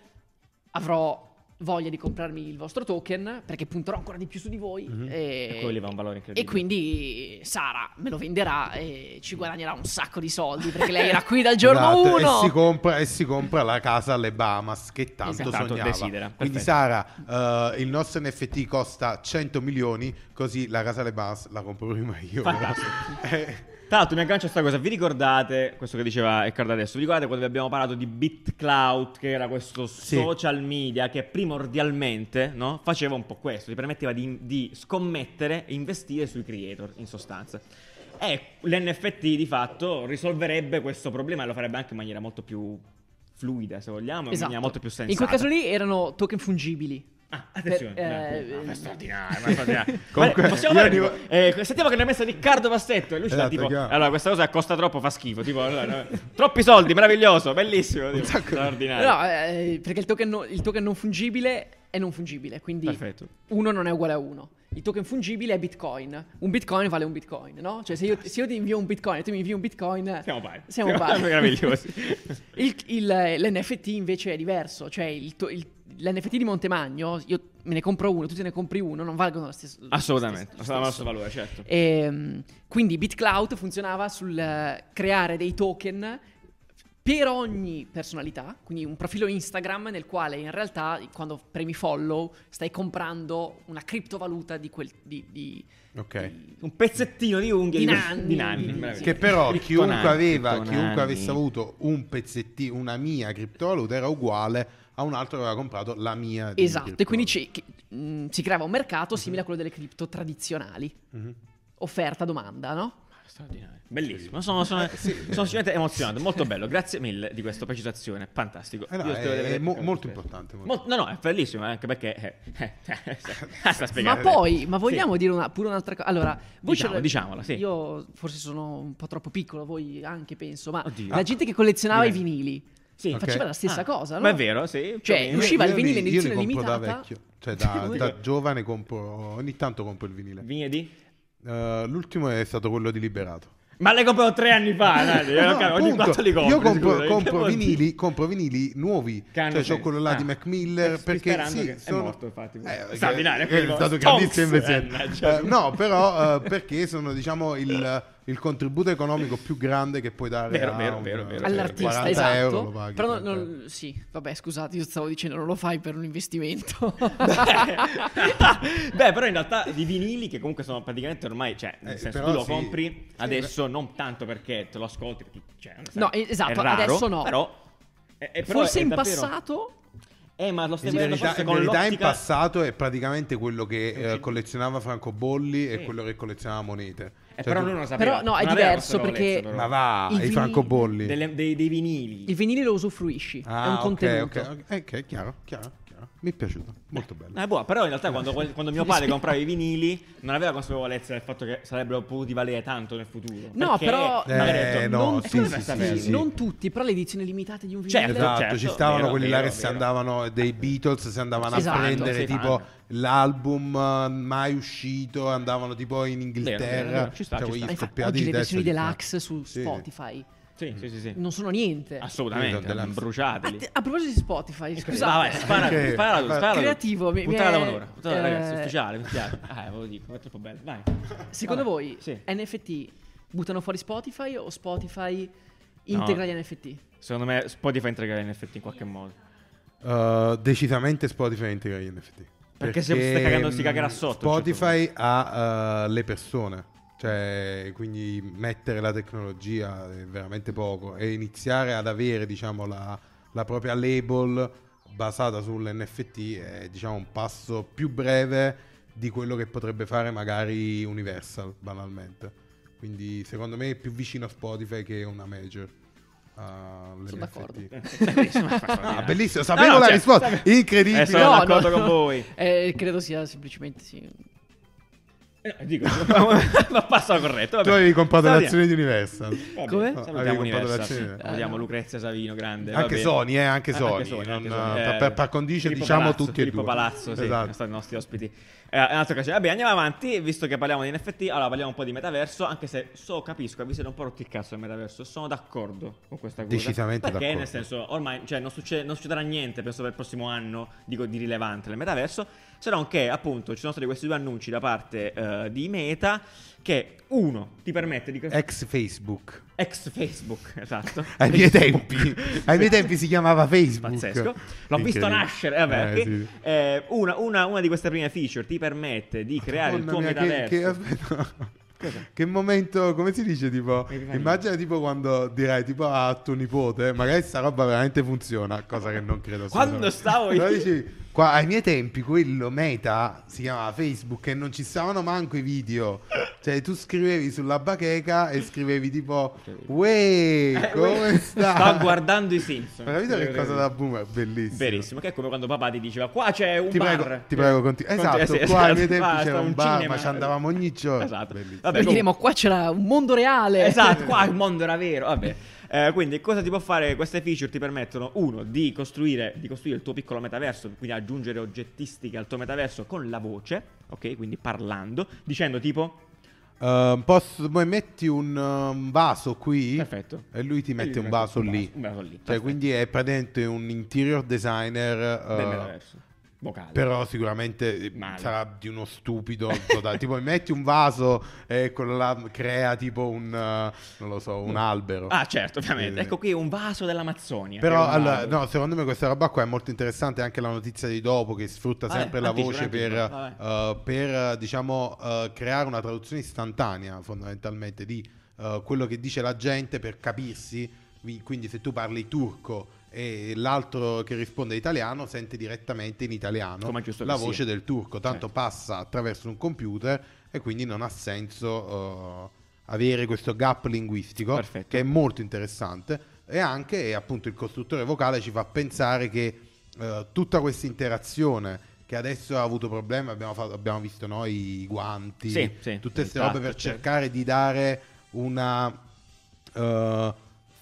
S1: avrò voglia di comprarmi il vostro token perché punterò ancora di più su di voi
S3: Mm-hmm. E
S1: e,
S3: quello lì va un valore incredibile.
S1: e quindi Sara me lo venderà e
S3: Mm.
S1: ci guadagnerà un sacco di soldi perché lei era
S3: <laughs>
S1: qui dal giorno
S2: Esatto,
S1: 1
S2: E si, compra, e si compra la casa alle Bahamas che tanto
S1: Esatto.
S3: Tanto
S2: sognava.
S3: desidera,
S2: Quindi
S3: perfetto.
S2: Sara, eh, il nostro NFT costa 100 milioni, così la casa alle Bahamas la compro prima io.
S3: Fantastico.
S2: Eh,
S3: Tra l'altro mi aggancio a questa cosa, vi ricordate questo che diceva Riccardo adesso? Vi ricordate quando vi abbiamo parlato di BitCloud, che era questo
S2: Sì.
S3: social media che primordialmente no, faceva un po' questo, ti permetteva di, di scommettere e investire sui creator in sostanza. E l'NFT di fatto risolverebbe questo problema e lo farebbe anche in maniera molto più fluida, se vogliamo, in maniera molto più sensata.
S1: Esatto. in quel caso lì erano token fungibili
S3: Ah, attenzione,
S1: Per-
S3: eh,
S1: eh,
S3: ah, ma è straordinario, ma è <laughs> straordinario.
S2: Comunque,
S3: Guarda, possiamo
S2: io
S3: fare, tipo,
S2: arrivo-
S3: eh, sentiamo che ne ha messa Riccardo Bastetto e lui ci dà
S2: Esatto,
S3: tipo,
S2: chiaro.
S3: allora questa cosa costa troppo, fa schifo, tipo, allora, no, troppi soldi, meraviglioso, bellissimo, tipo,
S2: sacco.
S3: straordinario.
S1: no, eh, perché il token, no- il token non fungibile è non fungibile quindi
S3: Perfetto.
S1: uno non è uguale a uno. Il token fungibile è Bitcoin. Un Bitcoin vale un Bitcoin, no? Cioè, se io, se io ti invio un Bitcoin e tu mi invii un Bitcoin.
S3: Siamo pari.
S1: Siamo pari.
S3: <laughs> meravigliosi.
S1: Il- il- L'NFT invece è diverso. Cioè, il to- il- l'NFT di Montemagno, io me ne compro uno, tu te ne compri uno, non valgono lo stesso.
S3: Assolutamente,
S1: lo
S3: ha
S1: stesso-
S3: lo
S1: lo
S3: stesso
S1: stesso.
S3: valore, certo.
S1: Ehm, quindi BitCloud funzionava sul eh, creare dei token per ogni personalità, quindi un profilo Instagram nel quale in realtà quando premi follow stai comprando una criptovaluta di quel... Di, di-
S2: ok.
S1: di-
S3: Un pezzettino di unghie
S1: Di
S3: que-
S1: nanni.
S3: di nanni,
S1: Che
S3: meraviglioso.
S2: Che però
S3: Criptonanni,
S2: chiunque aveva,
S3: criptonanni.
S2: chiunque avesse avuto un pezzettino, una mia criptovaluta era uguale a un altro che aveva comprato la mia. di
S1: Esatto, e quindi
S2: criptovaluta.
S1: ci- chi- mh, si creava un mercato simile a quello delle cripto tradizionali.
S2: Mhm.
S1: Offerta-domanda, no?
S3: Straordinario. Bellissimo, sono, sono,
S2: Eh,
S3: sono sicuramente emozionato, molto bello, grazie mille di questa precisazione, fantastico.
S2: Eh no,
S3: Io
S2: è-
S3: spero di aver-
S2: è mo- molto
S3: Spero.
S2: importante. molto.
S3: Mol- no, no, è bellissimo anche perché. eh, eh, <laughs> eh, sta
S1: Ma
S3: spiegando.
S1: poi, ma vogliamo
S3: eh, Sì.
S1: dire una- pure un'altra cosa? Allora, voi
S3: Diciamo-
S1: c'era-
S3: diciamola, sì.
S1: Io forse sono un po' troppo piccolo, voi anche penso, ma
S3: Oddio.
S1: la gente che collezionava
S3: Direi.
S1: i vinili
S3: Sì.
S2: Ok.
S1: faceva la stessa
S3: Ah,
S1: cosa, no?
S3: Ma è vero, sì. più o
S1: Cioè,
S3: meno.
S1: usci- usciva il
S2: Io li-
S1: vinile in edizione
S2: io li compro da
S1: limitata.
S2: vecchio, cioè da,
S1: <laughs> Sì.
S2: da giovane compro, ogni tanto compro il vinile.
S3: Vigne di?
S2: Eh, l'ultimo è stato quello di Liberato.
S3: Ma l'hai comprato tre anni
S1: <laughs>
S3: fa, dai, io
S2: No,
S3: non capisco, eh, ogni
S2: appunto,
S3: quanto li compri.
S2: io compro,
S3: scusa,
S2: compro
S3: che vuol dire? <laughs>
S2: vinili, compro vinili nuovi.
S3: Che hanno
S2: cioè, c'ho
S3: senso.
S2: quello là di
S3: Ah.
S2: Mac Miller.
S3: Sto
S2: Perché
S3: sperando
S2: sì,
S3: che- è
S2: sono-
S3: morto, infatti.
S2: Eh,
S3: Straordinario,
S2: eh,
S3: quello. cioè.
S2: È stato
S3: Stonks,
S2: grandissimo invece.
S3: mannaggia.
S2: Eh, no, però eh, perché sono, diciamo, il, il contributo economico più grande che puoi dare
S3: Vero,
S2: a
S3: vero,
S2: un-
S3: vero, vero.
S1: All'artista,
S2: 40
S1: esatto.
S2: euro lo paghi, cioè.
S1: Però non-
S2: 30
S1: non- sì, vabbè, scusate, io stavo dicendo non lo fai per un
S3: <laughs>
S1: investimento.
S3: Beh, però in realtà i vinili che comunque sono praticamente ormai, cioè, nel
S2: Eh,
S3: senso
S2: però
S3: tu lo
S2: sì.
S3: compri
S2: Sì,
S3: adesso non tanto perché te lo ascolti, perché, cioè, non sai,
S1: No, eh, esatto,
S3: è raro,
S1: adesso no.
S3: Però, eh, eh, però
S1: forse
S3: è
S1: in
S3: davvero-
S1: passato
S3: Eh, ma lo stai
S2: In
S3: vedendo
S2: verità,
S3: forse
S2: in,
S3: con
S2: verità in
S3: l'ottica-
S2: passato è praticamente quello che
S3: È un
S2: eh,
S3: film.
S2: collezionava francobolli
S3: Sì.
S2: e quello che collezionava monete.
S3: Eh,
S2: Cioè,
S3: però
S2: tu-
S3: lui non lo sapeva.
S1: Però no, è
S3: Non aveva
S1: diverso
S3: consapevolezza,
S1: perché-
S3: però.
S2: Ma va,
S1: I
S2: i,
S1: vinili-
S2: francobolli.
S3: Delle- dei, dei vinili.
S1: il vinile lo usufruisci,
S2: Ah,
S1: è un
S2: ok,
S1: contenuto.
S2: ok, ok, ok, chiaro, chiaro, chiaro. Mi è piaciuto, molto bello.
S3: Ah, buono, però in realtà quando, quando
S1: <laughs>
S3: mio padre comprava i vinili non aveva consapevolezza del fatto che sarebbero potuti valere tanto nel futuro.
S1: No,
S3: Perché
S1: però-
S3: magari ha
S2: Eh,
S3: detto,
S2: no,
S3: non
S2: sì,
S3: tutti
S2: sì,
S3: per
S2: sì,
S3: saperlo.
S2: sì, sì.
S1: Non tutti, però le edizioni limitate di un vinile.
S3: Certo,
S2: Esatto,
S3: certo,
S2: ci stavano
S3: vero,
S2: quelli là
S3: vero,
S2: che si
S3: vero.
S2: andavano dei Beatles, si andavano
S1: Esatto,
S2: a prendere
S3: sì,
S2: tipo
S3: fanno.
S2: l'album eh, mai uscito, andavano tipo in Inghilterra,
S3: vero, ci sta,
S2: cioè,
S3: ci
S2: quegli
S3: sta.
S1: Ma infa-
S2: scoppiati
S1: oggi
S2: di
S1: le
S2: testa
S1: versioni
S2: di qua.
S1: deluxe su
S2: Sì.
S1: Spotify
S3: Sì, sì, sì, sì.
S1: non sono niente.
S2: Ah, Sì,
S3: Assolutamente,
S2: sono delle-
S1: A,
S3: bruciateli.
S1: te- a proposito di Spotify,
S3: Va, vai,
S1: scusate,
S3: spara,
S2: Perché?
S3: spara,
S2: Ma-
S3: spara.
S1: Creativo, mi- mi
S3: puntata
S1: è-
S3: da un'ora. Puntata,
S1: eh,
S3: ragazzi, ufficiale, ufficiale. Ah, ve lo dico, è troppo bello. Vai.
S1: <laughs> secondo
S3: Vai.
S1: voi
S3: Sì.
S1: NFT buttano fuori Spotify o Spotify integra gli NFT?
S3: Secondo me Spotify entrega NFT in qualche modo.
S2: Uh, decisamente Spotify integra gli NFT.
S3: Perché se stai cagando, si cagherà
S2: mh,
S3: sotto, a un certo
S2: Spotify ha uh, eh, le persone. Cioè, quindi mettere la tecnologia è veramente poco e iniziare ad avere, diciamo, la, la propria label basata sull'NFT è, diciamo, un passo più breve di quello che potrebbe fare magari Universal, banalmente. Quindi, secondo me, è più vicino a Spotify che una major. eh, all'NFT.
S1: Sono d'accordo.
S3: <laughs>
S2: Ah, bellissimo, sapevo la risposta. Incredibile.
S3: cioè, Eh, sono
S1: No,
S3: d'accordo
S1: no.
S3: con
S1: <laughs>
S3: voi.
S1: Eh, credo sia semplicemente sì.
S3: Eh, Dico, <laughs> ma passa corretto. vabbè.
S2: Tu avevi comprato
S3: Sta
S2: l'azione di Universal.
S1: Come?
S3: bene. Vabbè,
S2: Avevi
S3: Salutiamo Eh,
S2: comprato
S3: Universal.
S2: l'azione.
S3: Salutiamo Lucrezia Savino, grande.
S2: Anche
S3: vabbè.
S2: Sony, eh, anche
S3: Ah,
S2: Sony, non- per- per par condicio
S3: Eh, Filippo
S2: diciamo
S3: Palazzo,
S2: tutti e
S3: Filippo
S2: due.
S3: Palazzo, sì,
S2: Esatto.
S3: <laughs> sono i nostri ospiti. Eh, un'altra cosa, vabbè, andiamo avanti, visto che parliamo di NFT, allora parliamo un po' di metaverso, anche se so, capisco, vi siete un po' rotti il cazzo del metaverso, sono d'accordo con questa cosa.
S2: Decisamente
S3: Perché
S2: d'accordo.
S3: nel senso, ormai cioè, non, succede- non succederà niente, penso per il prossimo anno, dico di rilevante, nel metaverso, se non che appunto ci sono stati questi due annunci da parte eh, di Meta, che uno ti permette di...
S2: Ex Facebook.
S3: Ex Facebook, <laughs> esatto.
S2: Ai miei tempi, ai miei tempi si chiamava Facebook.
S3: <laughs> Pazzesco. L'ho visto
S2: Incredibile.
S3: nascere. vabbè,
S2: Eh,
S3: che-
S2: sì.
S3: eh, una, una- una di queste prime feature ti permette di creare il
S2: Madonna
S3: tuo
S2: mia, che,
S3: metaverso.
S2: che, aspetta. Che momento, come si dice? Tipo,
S3: Epifania.
S2: immagina tipo quando dirai tipo a tuo nipote, eh, magari sta roba veramente funziona, cosa che non credo.
S3: Quando
S2: assolutamente.
S3: stavo
S2: Però
S3: io-
S2: dici, qua ai miei tempi quello meta si chiamava Facebook e non ci stavano manco i video. Cioè, tu scrivevi sulla bacheca e scrivevi tipo,
S3: Eh, <laughs>
S2: Uè, come
S3: uè,
S2: sta?
S3: Sto guardando i Simpson.
S2: Ma capito che cosa da boomer? Bellissimo.
S3: Verissimo, che è come quando papà ti diceva qua c'è un
S2: Ti
S3: bar.
S2: prego, ti prego, conti-
S3: Conti-
S2: Esatto,
S3: eh <laughs> sì,
S2: qua
S3: esatto,
S2: ai miei tempi
S3: basta,
S2: c'era un bar,
S3: cinema.
S2: ma ci andavamo ogni giorno.
S3: Esatto.
S2: Bellissimo.
S3: Vabbè,
S1: Poi
S3: comunque-
S1: diremo, qua c'era un mondo reale.
S3: Esatto, qua il mondo era vero. Vabbè. Eh, quindi cosa ti può fare queste feature? Ti permettono, uno, di costruire, di costruire il tuo piccolo metaverso, quindi aggiungere oggettistica al tuo metaverso con la voce, ok? Quindi parlando, dicendo tipo...
S2: Ehm, posso, poi metti un um, vaso qui
S3: Perfetto.
S2: e lui ti mette
S3: Quindi
S2: un vaso lì.
S3: Un vaso lì.
S2: Cioè,
S3: perfetto.
S2: quindi è praticamente un interior designer. eh,
S3: Del metaverso. Vocale.
S2: però sicuramente eh,
S3: Male.
S2: sarà di uno stupido totale. tipo, metti un vaso e quello là crea tipo un eh, non lo so, un albero.
S3: Ah, certo, ovviamente.
S2: Eh,
S3: Ecco qui un vaso dell'Amazzonia.
S2: Però
S3: Che è eh, un
S2: allora,
S3: albero.
S2: no, secondo me questa roba qua è molto interessante. Anche la notizia di dopo che sfrutta
S3: Vabbè,
S2: sempre la
S3: anticipo,
S2: voce per,
S3: anticipo,
S2: eh, per, eh, diciamo, eh, creare una traduzione istantanea fondamentalmente di eh, quello che dice la gente per capirsi. Vi- Quindi se tu parli turco e l'altro che risponde italiano sente direttamente in italiano
S3: Come è giusto
S2: la
S3: che sia.
S2: voce del turco, tanto
S3: Certo.
S2: passa attraverso un computer e quindi non ha senso eh, avere questo gap linguistico
S3: Perfetto.
S2: che è molto interessante e anche eh, appunto il costruttore vocale ci fa pensare che eh, tutta questa interazione che adesso ha avuto problemi, abbiamo, fatto- abbiamo visto noi i guanti,
S3: Sì, sì.
S2: tutte
S3: Il
S2: queste robe
S3: tatto,
S2: per
S3: certo.
S2: cercare di dare una eh,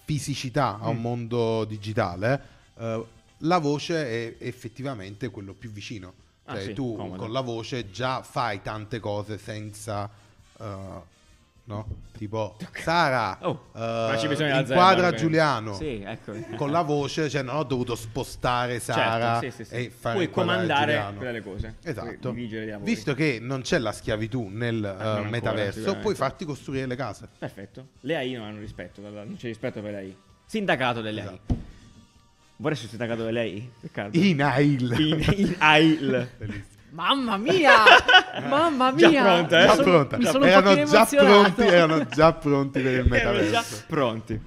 S2: fisicità a un
S3: Mm.
S2: mondo digitale, eh, la voce è effettivamente quello più vicino.
S3: Ah,
S2: Cioè,
S3: sì,
S2: tu
S3: comodo.
S2: con la voce già fai tante cose senza. eh, no?
S3: <laughs>
S2: Tipo, Sara,
S3: Oh,
S2: eh,
S3: ma ci bisogna alzare,
S2: inquadra
S3: guarda.
S2: Giuliano.
S3: Sì, ecco.
S2: Con la voce, cioè, non ho dovuto spostare Sara
S3: <laughs> certo, sì, sì, sì.
S2: e fare
S3: Puoi
S2: inquadrare
S3: comandare
S2: Giuliano.
S3: quelle cose.
S2: Esatto.
S3: Puoi dirigere dei lavori.
S2: Visto che non c'è la schiavitù nel eh,
S3: non ancora,
S2: metaverso,
S3: sicuramente.
S2: puoi farti costruire le case.
S3: Perfetto. Le AI non hanno rispetto, dalla- non c'è rispetto per le AI. Sindacato delle AI.
S2: Esatto.
S3: Vorrei sul sindacato delle AI, Riccardo.
S2: In Ail.
S3: in, in AIL.
S1: <laughs> Mamma
S2: <laughs>
S1: mia! Mamma mia!
S3: Già pronta, eh?
S1: Mi
S2: Già
S1: sono-
S2: pronta.
S1: Mi sono un
S2: erano
S1: pochino
S2: già
S1: emozionato.
S2: pronti, eh. erano già pronti per il
S3: Erano Eh, già
S2: metaverso.
S3: pronti.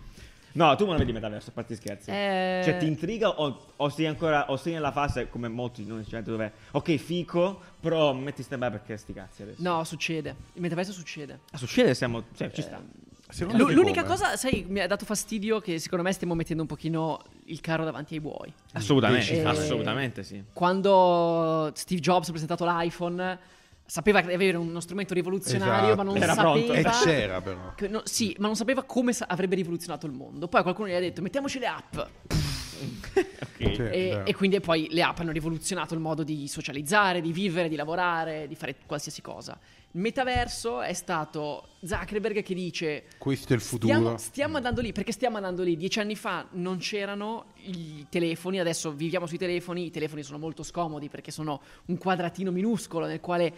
S3: No, tu non vedi metaverso, a parte gli scherzi.
S1: Eh.
S3: Cioè, ti intriga o, o sei ancora o sei nella fase come molti di noi, cioè, dove ok, fico, però metti stand by perché sti cazzi adesso.
S1: No, succede. Il metaverso succede.
S3: Ah, succede, siamo cioè, ci sta.
S1: Eh,
S2: Secondo
S1: L-
S2: te
S1: l'unica
S2: come?
S1: cosa, sai, mi ha dato fastidio che secondo me stiamo mettendo un pochino il carro davanti ai buoi.
S3: Assolutamente,
S1: Eh,
S3: assolutamente sì.
S1: Quando Steve Jobs ha presentato l'iPhone, sapeva di avere uno strumento rivoluzionario,
S2: Esatto.
S1: ma non
S3: Era pronto.
S1: sapeva...
S2: E c'era però.
S1: che no- sì, ma non sapeva come sa- avrebbe rivoluzionato il mondo. Poi qualcuno gli ha detto mettiamoci le app.
S3: Ok.
S2: Cioè,
S1: E,
S2: vero.
S1: e quindi poi le app hanno rivoluzionato il modo di socializzare, di vivere, di lavorare, di fare qualsiasi cosa. Il metaverso è stato Zuckerberg che dice
S2: Questo è il futuro.
S1: Stiamo, stiamo andando lì, perché stiamo andando lì? Dieci anni fa non c'erano i telefoni, adesso viviamo sui telefoni, i telefoni sono molto scomodi perché sono un quadratino minuscolo nel quale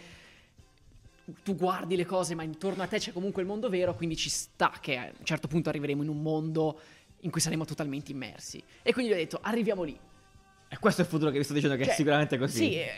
S1: tu guardi le cose ma intorno a te c'è comunque il mondo vero, quindi ci sta che a un certo punto arriveremo in un mondo in cui saremo totalmente immersi. E quindi ho detto, arriviamo lì.
S3: E questo è il futuro che vi sto dicendo che
S1: Cioè,
S3: è sicuramente così.
S1: Sì, e,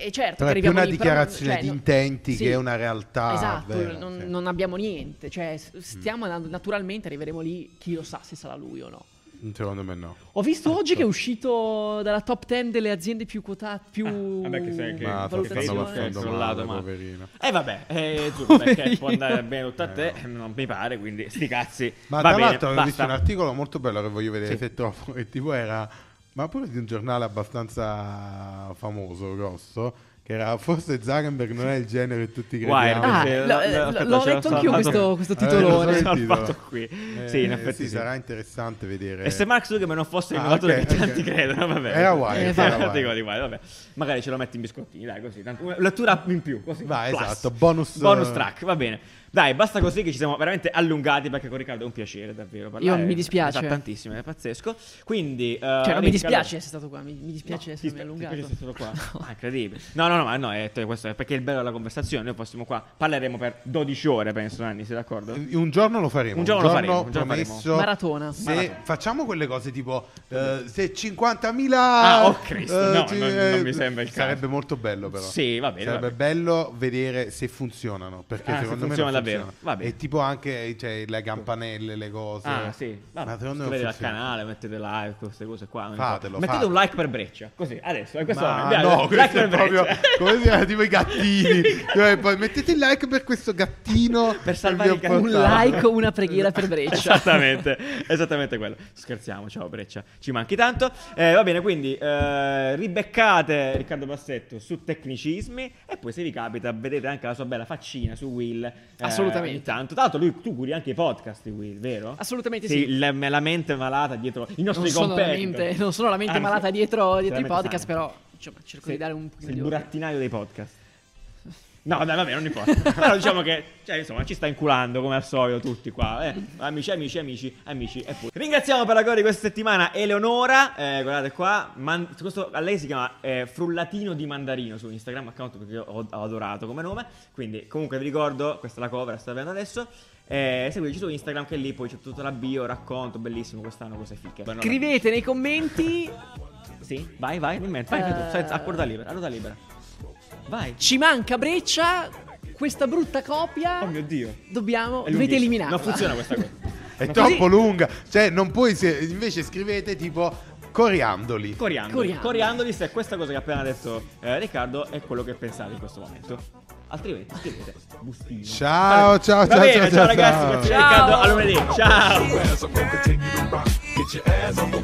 S1: e- e certo.
S2: Però
S1: che
S2: è più
S1: arriviamo
S2: una
S1: lì, però-
S2: dichiarazione
S1: cioè,
S2: di
S1: no-
S2: intenti
S1: sì.
S2: che è una realtà.
S1: Esatto,
S2: vera,
S1: non,
S2: sì.
S1: non abbiamo niente. Cioè,
S3: Mm.
S1: s- stiamo andando, naturalmente arriveremo lì, chi lo sa se sarà lui o no.
S2: Secondo me no.
S1: Ho visto oggi
S3: Esatto.
S2: Certo.
S1: che è uscito dalla top 10 delle aziende più quotate, più
S3: Ah, vabbè, che sai che-
S2: Ma sta-
S1: valutazione.
S2: stanno
S3: Valutazione.
S2: passando
S3: Sul
S2: male,
S3: lato, ma-
S2: poverino.
S3: E vabbè, eh, tu,
S2: <laughs>
S3: perché
S1: Poverino.
S3: può andare bene tutto a te,
S2: Eh,
S3: non mi pare, quindi sti cazzi.
S2: Ma
S3: Va
S2: tra
S3: bene,
S2: l'altro avevo visto
S3: basta.
S2: un articolo molto bello che voglio vedere
S3: Sì.
S2: se trovo <laughs> e tipo era ma pure di un giornale abbastanza famoso, grosso, che era forse Zuckerberg non è il genere che tutti crediamo.
S3: Wired.
S1: Ah,
S3: Sì,
S1: lo-
S3: l'ho-
S1: eh,
S3: aspetta,
S1: l'ho
S3: ce l'ho
S1: letto anch'io questo,
S3: salvato.
S1: questo
S2: Eh, lo so,
S1: titolone. Cioè,
S2: sì.
S3: L'ho
S2: sentito.
S3: salvato qui.
S2: Eh,
S3: sì, in effetti sì.
S2: sarà interessante vedere.
S3: E se Mark Zuckerberg non fosse il
S2: Ah,
S3: innovatore
S2: ok,
S3: che
S2: ok.
S3: tanti credono, vabbè.
S2: Era Wired,
S1: Eh,
S3: <laughs> Era
S1: era
S3: un
S2: Wired.
S3: articolo di Wired, vabbè. Magari ce lo metti in biscottini, dai, così. tanto- una lettura in più, così.
S2: Vai,
S3: plus.
S2: esatto, bonus-
S3: Bonus track, va bene. Dai, basta così che ci siamo veramente allungati perché con Riccardo è un piacere davvero parlare.
S1: mi dispiace.
S3: Esatto, tantissimo, è pazzesco. Quindi... eh,
S1: Cioè, non
S3: Riccardo-
S1: mi dispiace essere stato qua, mi, mi dispiace
S3: No,
S1: essermi
S3: ti- ti-
S1: allungato.
S3: perché sei solo qua? Ah, incredibile. No, no, no, ma no, è, questo è perché è il bello della conversazione. Noi fossimo qua, parleremo per 12 ore, penso, Anni, sei d'accordo?
S2: Eh, Un giorno lo faremo.
S3: Un giorno lo faremo, un giorno lo
S2: promesso.
S3: faremo.
S1: Maratona.
S2: Se
S3: Maratona.
S2: facciamo quelle cose tipo eh, se 50.000
S3: Ah, oh, Cristo, no,
S2: ci-
S3: non- non mi sembra il caso.
S2: eh, Sarebbe molto bello però.
S3: Sì, va bene,
S2: Sarebbe
S3: va
S2: bello vedere se funzionano, perché
S3: Ah, se
S2: secondo me
S3: funziona
S2: non
S3: davvero,
S2: funzionano.
S3: va bene.
S2: E tipo anche cioè, le campanelle, le cose.
S3: Ah, sì. Vabbè,
S2: Ma secondo me non
S3: iscrivetevi al
S2: funziona.
S3: canale, mettete like, queste cose qua. non
S2: Fatelo,
S3: importa. Mettete
S2: fatelo.
S3: un like per breccia, così, adesso, in questo
S2: Ma
S3: momento,
S2: no,
S3: dai, like
S2: questo è
S3: per
S2: proprio
S3: breccia.
S2: come si chiama, tipo i
S3: <laughs>
S2: gattini. Cioè, poi mettete il like per questo gattino
S3: Per salvare
S2: che vi ho
S1: <laughs>
S3: il
S1: Un
S3: gattino.
S2: portato.
S1: like, una preghiera per
S3: Esatto.
S1: Breccia.
S3: Esattamente, esattamente quello. Scherziamo, ciao Breccia, ci manchi tanto. Eh, va bene, quindi eh, ribeccate Riccardo Bassetto su tecnicismi e poi se vi capita vedete anche la sua bella faccina su Will. eh,
S1: Assolutamente.
S3: ogni tanto. Tra l'altro lui, tu curi anche i podcast di Will, vero?
S1: Assolutamente sì.
S3: la, la mente malata dietro i
S1: Non
S3: nostri
S1: sono, la
S3: competitor.
S1: mente, non sono la mente
S3: Anzi,
S1: malata dietro, dietro i
S3: veramente
S1: podcast,
S3: sana.
S1: però insomma, cerco
S3: Sei-
S1: di dare un
S3: sei
S1: pochino di
S3: il
S1: ordine.
S3: burattinaio dei podcast. No, dai, vabbè, non importa. <laughs> Però diciamo che, cioè, insomma, ci sta inculando come al solito tutti qua. eh. Amici, amici, amici, amici. E poi. Ringraziamo per la gloria di questa settimana Eleonora. eh, guardate qua. man- questo, a lei si chiama eh, Frullatino di Mandarino su Instagram account perché io ho, ho adorato come nome. Quindi, comunque, vi ricordo, questa è la cover, la state vedendo adesso. Eh, seguiteci su Instagram che lì poi c'è tutta la bio, racconto, bellissimo quest'anno, cose fiche.
S1: Scrivete nei commenti,
S3: Sì, vai, vai, vai, vai, vai anche tu,
S1: Eh.
S3: senza- a corda libera, a ruota libera. Vai.
S1: ci manca Breccia, questa brutta copia,
S3: Oh mio Dio.
S1: dobbiamo, dovete
S3: È lunghissimo.
S1: eliminarla.
S3: Non funziona questa
S1: <laughs>
S3: cosa.
S2: È
S3: No,
S2: troppo
S1: così-
S2: lunga. Cioè, non puoi. se- invece scrivete tipo coriandoli.
S3: Coriandoli.
S1: Coriandoli.
S3: Coriandoli, se questa cosa che ha appena detto eh, Riccardo è quello che pensate in questo momento. Altrimenti scrivete bustino.
S2: Ciao, ciao,
S3: Va
S2: ciao,
S3: bene,
S2: ciao,
S3: ciao,
S2: ciao,
S3: ragazzi,
S2: ciao.
S3: grazie Riccardo, a lunedì. Ciao.
S4: As I'm gonna continue to rock, get your ass on the